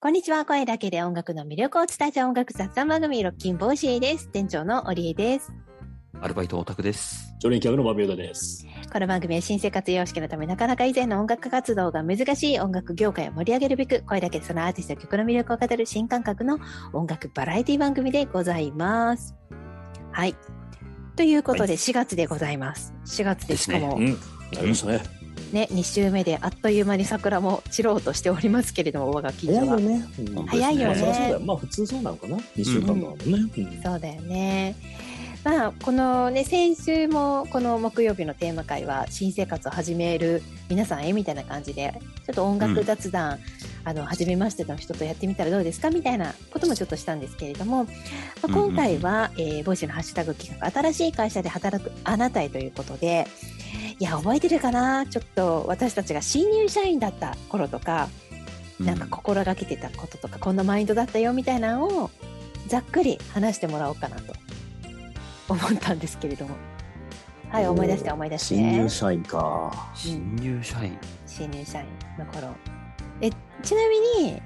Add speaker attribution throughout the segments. Speaker 1: こんにちは。声だけで音楽の魅力を伝えちゃう音楽雑談番組、ロッキンボイシーです。店長の織江です。
Speaker 2: アルバイトオタクです。
Speaker 3: 常連客のバミューダです。
Speaker 1: この番組は新生活様式のため、なかなか以前の音楽活動が難しい音楽業界を盛り上げるべく、声だけでそのアーティストや曲の魅力を語る新感覚の音楽バラエティ番組でございます。はい。ということで、4月でございます。4月でしかも
Speaker 3: う、ん、なりましたね。
Speaker 1: ね、2週目であっという間に桜も散ろうとしておりますけれども、我が近所は。
Speaker 3: ね。
Speaker 2: 本当です
Speaker 1: 早いよ
Speaker 3: まあ、そりゃそうだ
Speaker 1: ね
Speaker 3: よ。。まあ、普通そうなのかな。二週間だもんね。うん
Speaker 1: そうだよね。まあこのね先週もこの木曜日のテーマ会は新生活を始める皆さんへみたいな感じでちょっと音楽雑談、あの初めましての人とやってみたらどうですかみたいなこともちょっとしたんですけれども、まあ
Speaker 2: うんうん
Speaker 1: 今回は、えーボイシーのハッシュタグ企画新しい会社で働くあなたへということでいや覚えてるかなちょっと私たちが新入社員だった頃とかなんか心がけてたこととかこんなマインドだったよみたいなのをざっくり話してもらおうかなと思ったんですけれどもはい思い出して思い出して
Speaker 3: 新入社員か。
Speaker 2: 新入社員。
Speaker 1: 新入社員の頃えちなみに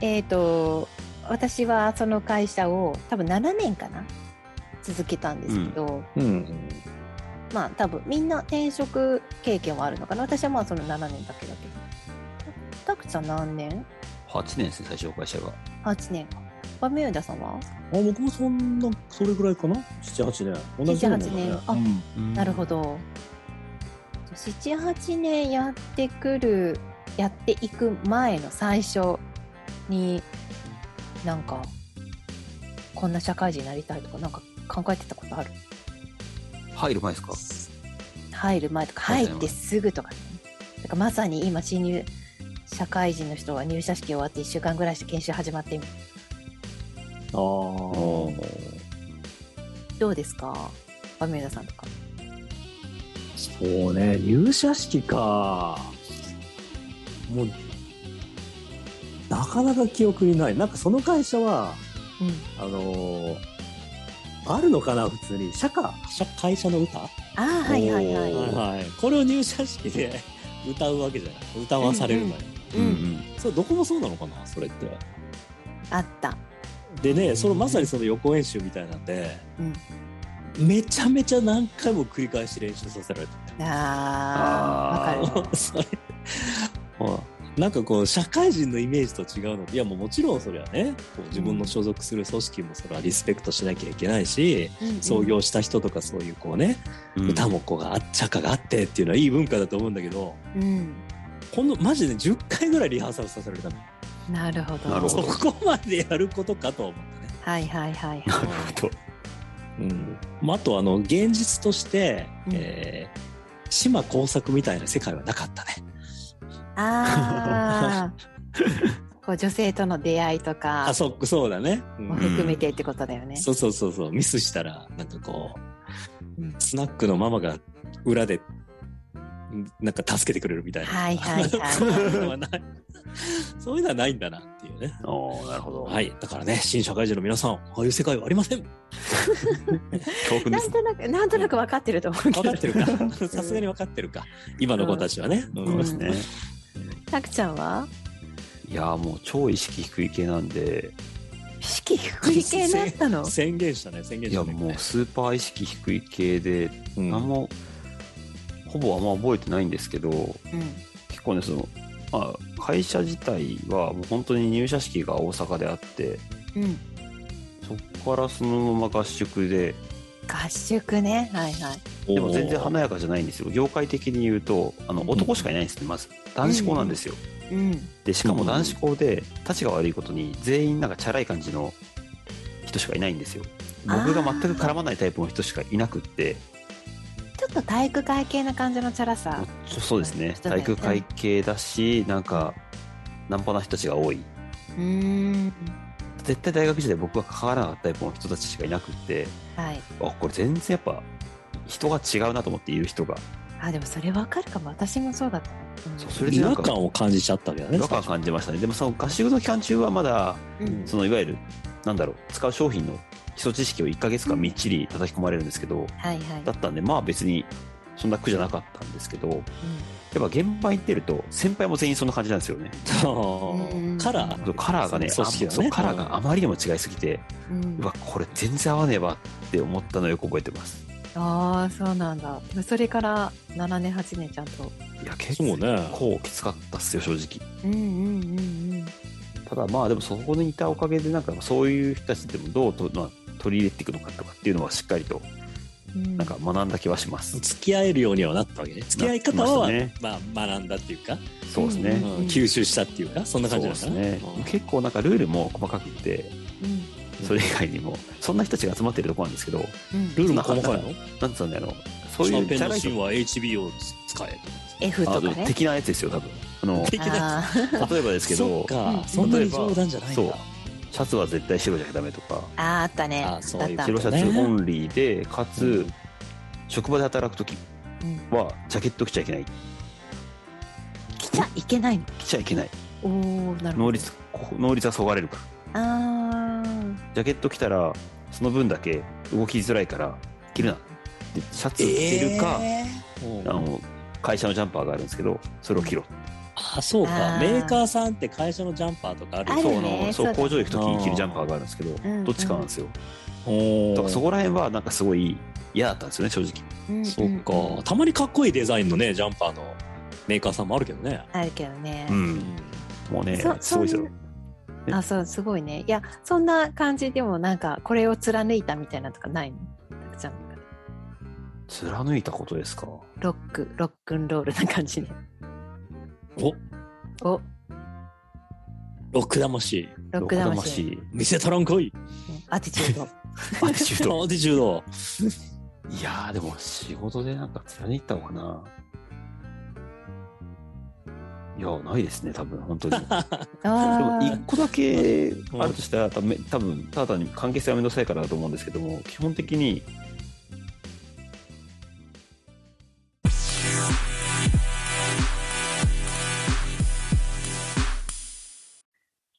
Speaker 1: えっ、と私はその会社を多分7年かな続けたんですけど、
Speaker 3: うん。
Speaker 1: まあ多分みんな転職経験はあるのかな私はまあその7年だけだけどたくちゃん何年
Speaker 2: 8年ですね、最初の会社が。
Speaker 1: ?8 年かバミューダさんは
Speaker 3: あ、僕もそんな、それぐらいかな。七八年。同じようなもんだね
Speaker 1: 七八年あなるほ
Speaker 2: ど。
Speaker 1: ど。78年やってくるやっていく前の最初になんかこんな社会人になりたいとかなんか考えてたことある
Speaker 2: 入る前ですか
Speaker 1: 入る前とか
Speaker 2: そうで
Speaker 1: 入
Speaker 2: すね
Speaker 1: ってすぐとかねだからまさに今新入社会人の人は入社式終わって1週間ぐらいして研修始まってみ
Speaker 3: あー
Speaker 1: どうですかバミューダさんとか
Speaker 3: そうね。入社式か。もう。なかなか記憶にない。なんか、その会社は。
Speaker 1: うん
Speaker 3: あのー。あるのかな普通に社歌社会社の歌
Speaker 1: ああはいはいはい
Speaker 2: おー
Speaker 3: はい、これを入社式で歌うわけじゃない歌わされるのよ、
Speaker 1: う
Speaker 2: うんん
Speaker 1: う
Speaker 2: うんん。
Speaker 3: それどこもそうなのかなそれって
Speaker 1: あった
Speaker 3: でねそのまさにその予行演習みたいなんで、めちゃめちゃ何回も繰り返し練習させられた
Speaker 1: ああ わかる
Speaker 3: それうんなんかこう社会人のイメージと違うのいやもうもちろんそれはねこう自分の所属する組織もそれはリスペクトしなきゃいけないし、創業した人とかそういうこうね、
Speaker 2: うん
Speaker 3: 歌もこうがあっちゃかがあってっていうのはいい文化だと思うんだけど
Speaker 1: うん
Speaker 3: このマジで10回ぐらいリハーサルさせられたの
Speaker 1: なるほど。
Speaker 2: なるほど
Speaker 3: そこまでやることかと思ったね
Speaker 1: はいはいはいはい。
Speaker 2: なるほど。
Speaker 3: うんまあ、あとあの現実として、
Speaker 1: うん
Speaker 3: えー島工作みたいな世界はなかったね。
Speaker 1: ああ。 こう女性との出会いとか
Speaker 3: あ、そそうだね。うん
Speaker 1: も含めてってことだよね。
Speaker 3: そうそうそうそうミスしたらなんかこう、
Speaker 1: うん
Speaker 3: スナックのママが裏でうんなんか助けてくれるみたいな。
Speaker 1: はいはいはい
Speaker 3: そういうのはないそういうのはないんだなっていうね。
Speaker 2: おーなるほど。。
Speaker 3: はいい、だからね新社会人の皆さんああいう世界はありま せん。
Speaker 2: 教訓で
Speaker 1: な
Speaker 2: す
Speaker 1: ん。となく、なんとなく分かってると思うけど。
Speaker 3: 分かってるか さすがに分かってるか今の子たちはね。
Speaker 1: ん
Speaker 3: うん
Speaker 1: そうですたくちゃんは。
Speaker 2: いやーもう超意識低い系なんで、
Speaker 1: 意識低い系だったの。
Speaker 3: 宣言したね宣言
Speaker 2: い
Speaker 3: し
Speaker 2: や
Speaker 3: たね。
Speaker 2: もうスーパー意識低い系で、
Speaker 3: うん
Speaker 2: 何も、ほぼあんま覚えてないんですけど、
Speaker 1: うん。
Speaker 2: 結構ね、その、まあ、会社自体はもう本当に入社式が大阪であって、
Speaker 1: うん。
Speaker 2: そこからそのまま合宿で、
Speaker 1: 合宿ね。はいはい。
Speaker 2: でも全然
Speaker 3: 話
Speaker 2: 華やかじゃないんですよ。業界的に言うと、あの
Speaker 3: ん
Speaker 2: 男しかいないんですね、まず。男子校なんですよ。
Speaker 1: うん。
Speaker 2: で、しかも男子校で、立ちが悪いことに、全員なんかチャラい感じの人しかいないんですよ。僕が全く絡まないタイプの人しかいなくって、
Speaker 1: ちょっと体育会系な感じのチャラさ。
Speaker 2: そそうですね、
Speaker 1: そうだよ
Speaker 2: 体
Speaker 1: ね
Speaker 2: 育会系だし、なんか、ナンパな人たちが多い。
Speaker 1: うーん。
Speaker 2: 絶対大学時代僕が関わらなかったタイプの人たちしかいなくって、
Speaker 1: はい。
Speaker 2: あ、これ全然やっぱ、人が違うなと思っている人が。
Speaker 1: あ、でも、それ分かるかも。私もそうだった。うん
Speaker 2: そうそれで
Speaker 3: 違
Speaker 2: なん
Speaker 3: 和
Speaker 2: か
Speaker 3: 感を感じちゃったわけだね。
Speaker 2: 違和感を感じましたね。でもその合宿の期間中はまだ、
Speaker 1: うん
Speaker 2: そのいわゆる、なんだろう、使う商品の基礎知識を1ヶ月間みっちり叩き込まれるんですけど、
Speaker 1: はいはい
Speaker 2: だ。ったんで、まあ別にそんな苦じゃなかったんですけど、やっぱ現場に出ると、先輩も全員そんな感じなんですよね。
Speaker 1: うん
Speaker 3: カラー
Speaker 2: カラーがね、
Speaker 3: 組織のね
Speaker 2: あそうカラーがあまりにも違いすぎて、
Speaker 1: うん
Speaker 2: うわ、これ全然合わねえわって思ったのをよく覚えてます。
Speaker 1: ああそうなんだそれから7年8年ちゃんと
Speaker 2: いや、結
Speaker 3: そ
Speaker 2: 構
Speaker 3: うね
Speaker 2: きつかったっすよ、正直。
Speaker 1: うんうんうん
Speaker 2: ただまあ、でもそこにいたおかげで、なんかそういう人たちでもどうと、まあ、取り入れていくのかとかっていうのはしっかりと
Speaker 1: うん
Speaker 2: なんか学んだ気はします。
Speaker 3: 付き合えるようにはなったわけね付き合い方はまあ、学んだっていうか、
Speaker 2: そうですね。
Speaker 1: うん
Speaker 3: うん吸収したっていうかそんな感じなん
Speaker 2: そ
Speaker 3: か
Speaker 2: う
Speaker 3: な
Speaker 2: ですね、結構なんかルールも細かくて
Speaker 1: うん
Speaker 2: それ以外にもそんな人たちが集まってるとこなんですけど
Speaker 1: うん
Speaker 2: ルー
Speaker 3: そ
Speaker 2: ル
Speaker 3: んな
Speaker 2: も
Speaker 3: 細かいの
Speaker 2: なんつうんだろうそう
Speaker 3: シ
Speaker 2: い
Speaker 3: ャ
Speaker 2: う
Speaker 3: ーペンの
Speaker 2: い
Speaker 3: 芯は HBO を使え
Speaker 1: F とか
Speaker 2: あの
Speaker 1: ね
Speaker 2: 的なやつですよ多分あ の
Speaker 3: 的な
Speaker 1: あー
Speaker 2: 例えばですけ
Speaker 3: そ
Speaker 2: ど
Speaker 3: っ
Speaker 2: シ
Speaker 3: か、
Speaker 1: うん
Speaker 3: そんなに冗談じゃないん
Speaker 2: そう
Speaker 3: だ
Speaker 2: ャツは絶対白じゃダメとか
Speaker 1: あーあったね
Speaker 3: あーそういう
Speaker 1: あった
Speaker 2: 白シャ
Speaker 3: ね
Speaker 2: ツオンリーでかつ、
Speaker 3: うん
Speaker 2: 職場で働く時
Speaker 1: うん
Speaker 2: はジャケット着ちゃいけない
Speaker 1: 来ちゃいけないの
Speaker 2: 着ちゃいけない
Speaker 1: おおなるほ
Speaker 2: 能
Speaker 1: ど
Speaker 2: 率能率がそがれるから
Speaker 1: あー
Speaker 2: ジャケット着たらその分だけ動きづらいから着るなでシャツ着てるか、
Speaker 3: えー
Speaker 2: あの会社のジャンパーがあるんですけどそれを着ろ
Speaker 3: あそうか
Speaker 1: あー
Speaker 3: メーカーさんって会社のジャンパーとかある
Speaker 1: ある
Speaker 2: そ
Speaker 1: ね
Speaker 2: うのそう
Speaker 1: そうだね
Speaker 2: 工場行く時に着るジャンパーがあるんですけど
Speaker 1: んうん
Speaker 2: どっちかなんですよ
Speaker 3: おー
Speaker 2: だからそこら辺はなんかすごい嫌だったんですよね正直
Speaker 1: うんうん
Speaker 3: そっかたまにかっこいいデザインのねジャンパーのメーカーさんもあるけどね、
Speaker 1: あるけどね
Speaker 2: うんもうね
Speaker 1: そ
Speaker 2: すごいですよね
Speaker 1: あそうすごいねいやそんな感じでもなんかこれを貫いたみたいなのとかないのたくちゃんなんか
Speaker 2: 貫いたことですか
Speaker 1: ロックロックンロールな感じね
Speaker 3: お
Speaker 1: お
Speaker 3: ロック魂
Speaker 1: ロック魂
Speaker 3: 見せたらんこい
Speaker 1: うんアティチュード
Speaker 2: アティシュード
Speaker 3: アティチュード
Speaker 2: いやーでも仕事でなんか貫いたのかないやないですね多分本 当にでも
Speaker 1: あ
Speaker 2: 一
Speaker 1: ー
Speaker 2: 個だけあるとしたら多分多分ただ単に関係性は面倒くさいからだと思うんですけども基本的に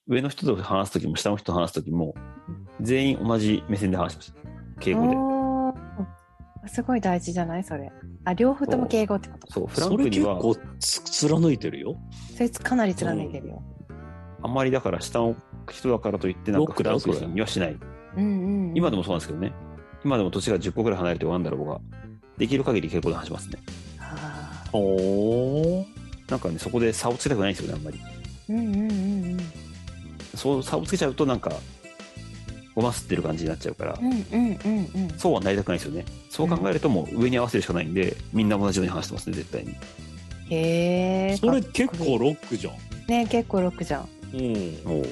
Speaker 2: 上の人と話す時も下の人と話す時も全員同じ目線で話しました敬語で
Speaker 1: おーすごい大事じゃないそれあ両方とも敬語ってこと
Speaker 2: そうフラン
Speaker 3: そ
Speaker 2: ク
Speaker 3: れ
Speaker 2: に
Speaker 3: 結
Speaker 2: は
Speaker 3: 構つ貫いてるよ
Speaker 1: そいつかなり貫いてるよ
Speaker 2: あんまりだから下の人だからといってなんか
Speaker 3: ロック
Speaker 2: フ
Speaker 3: だ
Speaker 2: ラ
Speaker 3: よ
Speaker 2: ンクにはしない
Speaker 1: うんうんうん
Speaker 2: 今でもそうなんですけどね今でも年が10個ぐらい離れてワンダロボができる限り敬語で話しますね
Speaker 1: あー
Speaker 3: おお
Speaker 2: なんかねそこで差をつけたくないんですよねあんまり
Speaker 1: うんうんうんうん
Speaker 2: そう差をつけちゃうとなんかごますってる感じになっちゃうから、
Speaker 1: うんうんうんうん
Speaker 2: そうはなりたくないですよねそう考えるともう上に合わせるしかないんでみんな同じように話してますね絶対に
Speaker 1: へえ
Speaker 3: それ結構ロックじゃん
Speaker 1: ね結構ロックじゃん
Speaker 3: うん
Speaker 2: お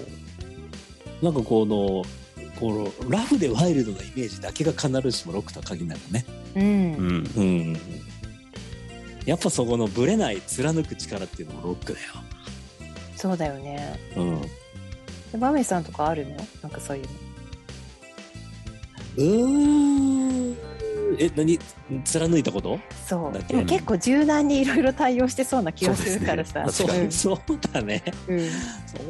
Speaker 3: なんかこのこのラフでワイルドなイメージだけが必ずしもロックとは限らないよね。
Speaker 1: うん、
Speaker 2: うん
Speaker 3: うん、やっぱそこのブレない貫く力っていうのもロックだ
Speaker 1: そうだよね
Speaker 3: よ。
Speaker 1: でマメさんとかあるのなんかそういうの
Speaker 3: うん、うーんえ何貫いたこと
Speaker 1: そう
Speaker 3: だけ
Speaker 1: でも結構柔軟にいろいろ対応してそうな気がするからさ
Speaker 2: そうですね
Speaker 1: ん
Speaker 3: そうだね
Speaker 1: うん
Speaker 3: そ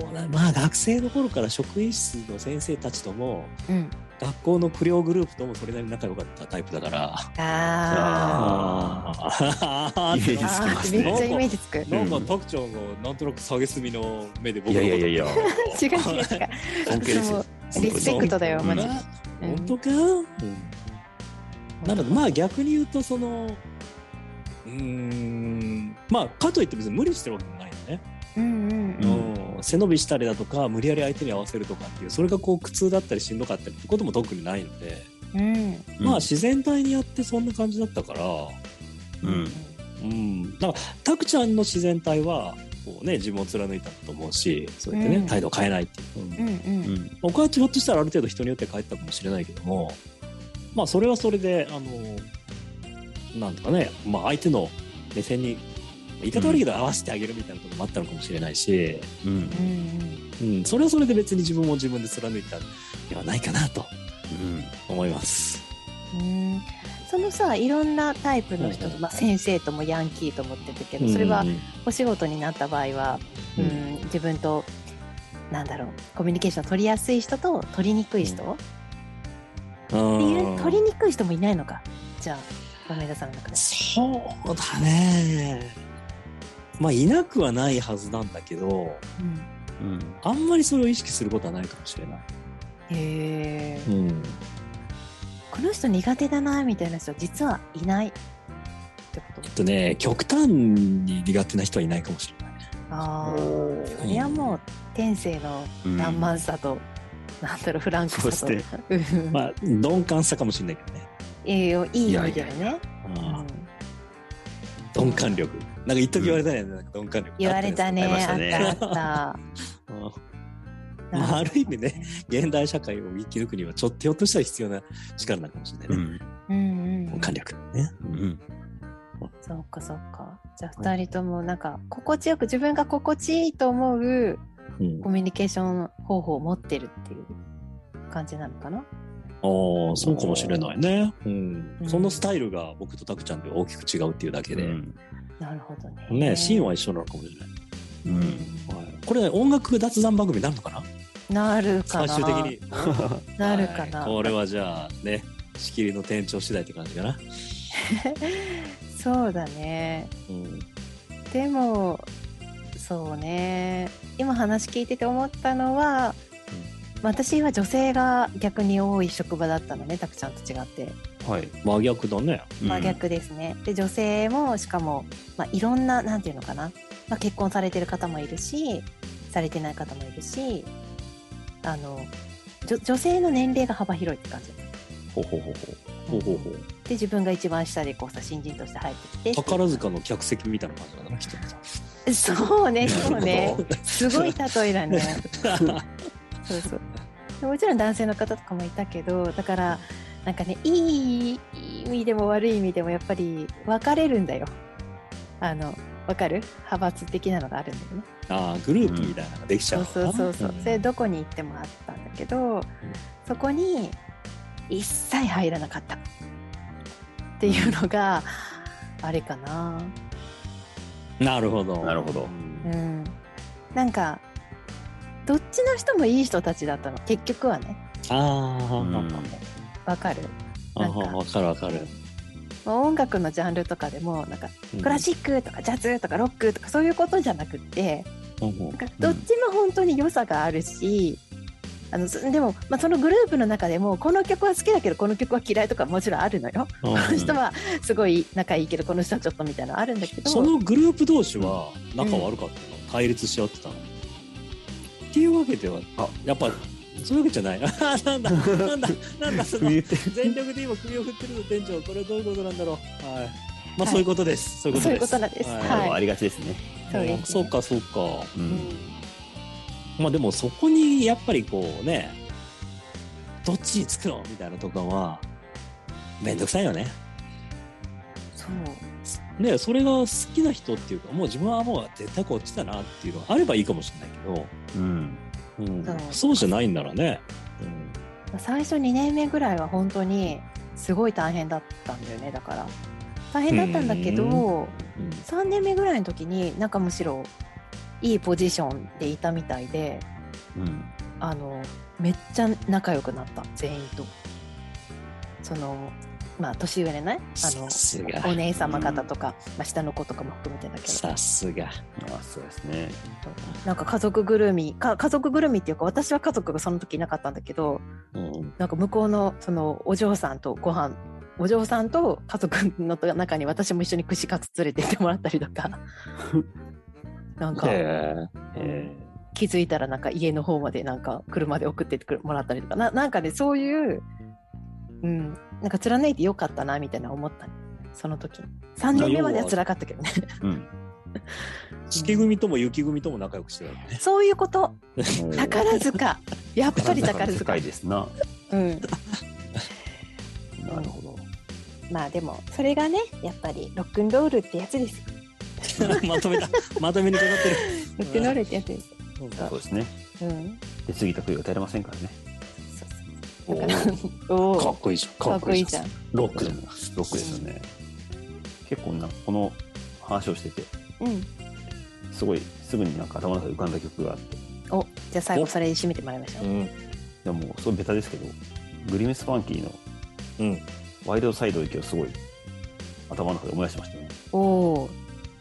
Speaker 3: うだまあ学生の頃から職員室の先生たちとも
Speaker 1: うん
Speaker 3: 学校の不良グループともそれなりに仲良かったタイプだから。
Speaker 1: あ
Speaker 2: あ
Speaker 3: あ
Speaker 2: イメージ
Speaker 1: ー
Speaker 2: つきま
Speaker 1: あ
Speaker 2: す
Speaker 1: ー
Speaker 2: ね
Speaker 1: めっちゃイメージつく違
Speaker 3: なんか特徴もなんとなく蔑みの目で僕
Speaker 2: い
Speaker 3: の
Speaker 2: や
Speaker 3: こと
Speaker 2: いやいやいや
Speaker 1: う違う違う
Speaker 2: 尊敬ですよ
Speaker 1: そうリスペクトだよ
Speaker 2: うん
Speaker 1: マジ
Speaker 3: な
Speaker 1: うん
Speaker 3: 本当か、なのでまあ逆に言うとそのうーんまあかといって別に無理してるわけもないよね、
Speaker 1: うんうんうん
Speaker 3: うん背伸びしたりだとか無理やり相手に合わせるとかっていうそれがこう苦痛だったりしんどかったりってことも特にないので、
Speaker 1: うん
Speaker 3: まあ自然体にやってそんな感じだったから
Speaker 2: うん
Speaker 3: うんだからタクちゃんの自然体はこうね自分を貫いたんだと思うしそうやってね、
Speaker 1: うん
Speaker 3: 態度を変えないってい
Speaker 1: う
Speaker 3: う。
Speaker 1: んうん
Speaker 2: うん
Speaker 3: 僕はひょっとしたらある程度人によって帰ったかもしれないけどもまあそれはそれであのなんとかね、まあ、相手の目線に言い方悪いけど合わせてあげるみたいなところもあったのかもしれないし、
Speaker 2: うん
Speaker 1: うんうん
Speaker 3: うん、それはそれで別に自分も自分で貫いたんではないかなと
Speaker 2: うん
Speaker 3: 思います。
Speaker 1: うんそのさいろんなタイプの人
Speaker 3: うんう
Speaker 1: と、
Speaker 3: ん
Speaker 1: まあ、先生ともヤンキーともってたけどそれは
Speaker 3: うん
Speaker 1: お仕事になった場合は、う
Speaker 3: うん
Speaker 1: ん、自分となんだろうコミュニケーション取りやすい人と取りにくい人、っていう取りにくい人もいないのかじゃあ高枝さんの中で。
Speaker 3: そうだね。まあ、いなくはないはずなんだけど、
Speaker 1: うん
Speaker 2: うん
Speaker 3: あんまりそれを意識することはないかもしれない。
Speaker 1: へー
Speaker 3: うん。
Speaker 1: この人苦手だなみたいな人実はいないってこと
Speaker 3: えっとね、極端に苦手な人はいないかもしれない。
Speaker 1: ああ
Speaker 2: おー
Speaker 1: それはもう天性の
Speaker 2: うん
Speaker 1: 爛漫さと、なんだろうフランクさ
Speaker 2: そ
Speaker 1: と
Speaker 2: うで
Speaker 1: うん
Speaker 3: まあ、鈍感さかもしれないけどね。
Speaker 1: いやいやいい意味
Speaker 2: い
Speaker 1: で
Speaker 2: やいや
Speaker 1: はいね
Speaker 3: うん
Speaker 1: うん
Speaker 3: 鈍感力。なんか一時言われたね、なんか鈍感力。
Speaker 1: 言われたね
Speaker 2: ありまし
Speaker 1: あ
Speaker 2: た
Speaker 1: っ
Speaker 2: ね
Speaker 1: たあった
Speaker 3: うん
Speaker 1: な
Speaker 3: まあ、ある意味ね、現代社会を生き抜くには、ちょっとひょっとしたら必要な力なのかもしれな
Speaker 2: う
Speaker 3: いね。
Speaker 2: ん
Speaker 1: うんうんうん
Speaker 3: 鈍感力。ね。
Speaker 2: うん
Speaker 1: そうかそうかじゃあ2人ともなんか心地よく自分が心地いいと思う
Speaker 3: うん
Speaker 1: コミュニケーション方法を持ってるっていう感じなのかな
Speaker 3: ああ、そうかもしれないね。うん
Speaker 1: う。ん
Speaker 3: そのスタイルが僕とタクちゃんで大きく違うっていうだけで。
Speaker 1: なるほどね
Speaker 3: ね、シーンは一緒なのかもしれない。
Speaker 2: うんうん
Speaker 3: はいこれ、音楽脱談番組になるのかな
Speaker 1: なるかな
Speaker 3: 最終的に。
Speaker 1: なるかな、
Speaker 3: はいこれはじゃあね、仕切りの店長次第って感じかな。
Speaker 1: そうだね
Speaker 3: うん。
Speaker 1: でもそうね今話聞いてて思ったのは、私は女性が逆に多い職場だったのねたくちゃんと違って
Speaker 2: はい
Speaker 3: 真逆だね。
Speaker 1: 真逆ですね、で女性もしかも、まあ、いろんななんていうのかな、まあ、結婚されてる方もいるしされてない方もいるしあのじょ女性の年齢が幅広いって感じ
Speaker 3: ほうほうほうほう。ほうほうほう。
Speaker 1: で自分が一番下でこうさ新人として入ってきて
Speaker 3: 宝塚の客席みたいな感じだな、きっ
Speaker 1: そうねそうね
Speaker 3: と
Speaker 1: すごい例えだね
Speaker 3: うん
Speaker 1: そうそうでもちろん男性の方とかもいたけどだからなんかねいい意味でも悪い意味でもやっぱり分かれるんだよあの分かる派閥的なのがあるんだよね
Speaker 3: ああ、グループみたいなのができちゃ
Speaker 1: そううそうそうそうそれ
Speaker 3: で、
Speaker 1: どこに行ってもあったんだけどそこに一切入らなかったっていうのがあれかな
Speaker 3: なるほど。
Speaker 2: なるほど
Speaker 3: うん
Speaker 1: うんなんかどっちの人もいい人たちだったの結局はね
Speaker 3: ああ、
Speaker 2: うん
Speaker 1: わかる
Speaker 3: あ
Speaker 1: なんか
Speaker 3: わかるわかる。
Speaker 1: まあ音楽のジャンルとかでもなんか
Speaker 3: うん
Speaker 1: クラシックとかジャズとかロックとかそういうことじゃなくって
Speaker 3: うんうん
Speaker 1: なんかどっちも本当に良さがあるし、あのそでも、まあ、そのグループの中でもこの曲は好きだけどこの曲は嫌いとかもちろんあるのよ。
Speaker 3: うん
Speaker 1: この人はすごい仲いいけどこの人はちょっとみたいなのあるんだけど
Speaker 3: そのグループ同士は仲悪かったの、対立し合ってたのっていうわけではあやっぱそういうわけじゃない あなんだなんだな んだその
Speaker 2: 言って
Speaker 3: 全力で今首を振ってるの店長これはどういうことなんだろうはいまあそういうことです、そういうことです
Speaker 1: そういうことなんです
Speaker 2: で
Speaker 1: はい
Speaker 2: もありがちですね
Speaker 1: そうですね
Speaker 3: そうかそうか
Speaker 2: う
Speaker 1: うん
Speaker 2: ん
Speaker 3: まあでもそこにやっぱりこうねどっちにつくのみたいなとかはめんどくさいよね
Speaker 1: そう
Speaker 3: ね、それが好きな人っていうかもう自分はもう絶対こっちだなっていうのがあればいいかもしれないけど、
Speaker 2: うん
Speaker 3: うん
Speaker 1: そう
Speaker 3: そうじゃないんならね、うん
Speaker 1: まあ最初2年目ぐらいは本当にすごい大変だったんだよねだから大変だったんだけど3年目ぐらいの時になんかむしろいいポジションでいたみたいで
Speaker 2: うん
Speaker 1: あのめっちゃ仲良くなった全員とそのまあ年上でねあの
Speaker 3: さすが
Speaker 1: お姉様方とか、まあ、下の子とかも含めてだけど
Speaker 3: さすが
Speaker 2: あそうですね
Speaker 1: なんか家族ぐるみか家族ぐるみっていうか私は家族がその時いなかったんだけど
Speaker 3: うん
Speaker 1: なんか向こうのそのお嬢さんとご飯お嬢さんと家族の中に私も一緒に串カツ連れて行ってもらったりと かなんか、
Speaker 3: へー
Speaker 2: え
Speaker 1: 気づいたらなんか家の方までなんか車で送ってってくるもらったりとかななんかねそういう、うん、なんか貫いてよかったなみたいな思ったその時に3年目までは辛かったけどね
Speaker 2: ーうん
Speaker 3: 月組とも雪組とも仲良くしてたのね
Speaker 1: そういうこと
Speaker 2: おー
Speaker 1: 宝塚やっぱり宝
Speaker 2: 世
Speaker 1: 塚
Speaker 2: 界ですな
Speaker 1: うん
Speaker 2: なるほど
Speaker 1: まあでもそれがねやっぱりロックンロールってやつですよ
Speaker 3: まとめたまとめにかかってる
Speaker 1: ロックンロールってやつですよ
Speaker 2: そうですね
Speaker 1: うん
Speaker 2: で次たくいが耐えれませんからね
Speaker 1: そうそうだからお
Speaker 3: か
Speaker 1: お
Speaker 3: っこいいじゃん
Speaker 1: かっこいいじゃん
Speaker 3: ロックだな
Speaker 2: ロックですよね結構なこの話をしてて
Speaker 1: うん
Speaker 2: すごいすぐになんか頭の中で浮かんだ曲があって
Speaker 1: おじゃあ最後それに締めてもらいましょ
Speaker 3: う
Speaker 1: うん
Speaker 2: でもうすごいベタですけどグリムスパンキーの
Speaker 3: うん
Speaker 2: 「ワイルドサイド行き」をすごい頭の中で思い出しましたね
Speaker 1: おおー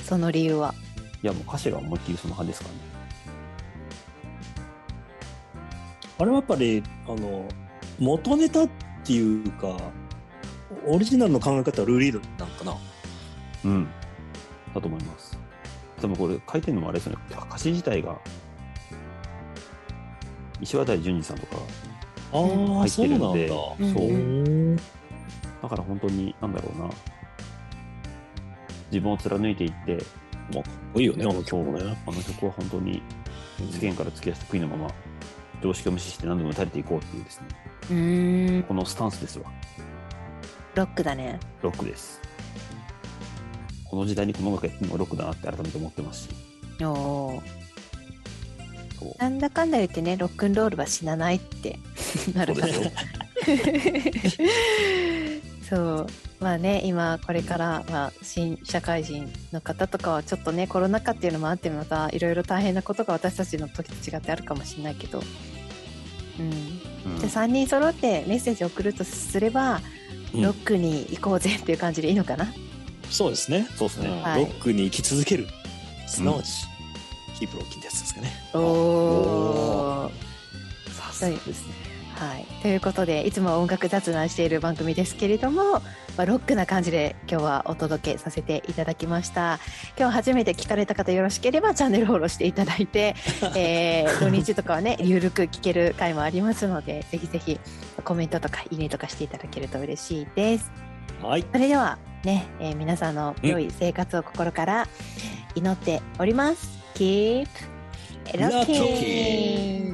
Speaker 1: その理由はい
Speaker 2: やもう歌詞が思いっきりその派ですからね
Speaker 3: あれはやっぱりあの元ネタっていうかオリジナルの考え方はルーリードなのかな
Speaker 2: うんだと思いますでもこれ書いてるのもあれですよね歌詞自体が石渡淳二さんとか
Speaker 3: あ
Speaker 1: ん
Speaker 3: ー
Speaker 2: 入ってるんで
Speaker 3: そう
Speaker 1: うん
Speaker 3: なんだ、
Speaker 1: うん
Speaker 3: うん
Speaker 2: だから本当になんだろうな自分を貫いていって
Speaker 3: まあかっこいいよねあの曲もね
Speaker 2: あの曲は本当に世間から突き出した悔いのまま常識を無視して何度も打たれていこうっていうですね
Speaker 1: うーん
Speaker 2: このスタンスですわ
Speaker 1: ロックだね
Speaker 2: ロックですこの時代にこの音楽やってるのがロックだなって改めて思ってますし
Speaker 1: おお
Speaker 2: そう
Speaker 1: なんだかんだ言ってねロックンロールは死なないって なるから
Speaker 2: そうですよ
Speaker 1: そうまあね今これからは新社会人の方とかはちょっとねコロナ禍っていうのもあってまたいろいろ大変なことが私たちの時と違ってあるかもしれないけど、うん、
Speaker 2: うん
Speaker 1: じゃあ3人揃ってメッセージを送るとすれば、
Speaker 3: うん
Speaker 1: ロックに行こうぜっていう感じでいいのかな
Speaker 3: そうですね
Speaker 2: そうです
Speaker 3: うん
Speaker 2: ね、
Speaker 1: はい
Speaker 3: ロックに生き続けるすなわち、キープロッキンってやつですかね
Speaker 1: お
Speaker 3: お
Speaker 1: ー
Speaker 3: さ
Speaker 1: すがです
Speaker 3: ね
Speaker 1: はい、ということでいつもは音楽雑談している番組ですけれども、まあ、ロックな感じで今日はお届けさせていただきました今日初めて聞かれた方よろしければチャンネルフォローしていただいて、えー、土日とかはねゆるく聞ける回もありますのでぜひぜひコメントとかいいねとかしていただけると嬉しいです
Speaker 3: はい
Speaker 1: それではね、えー皆さんの良い生活を心から祈っております、Keep
Speaker 3: Rocking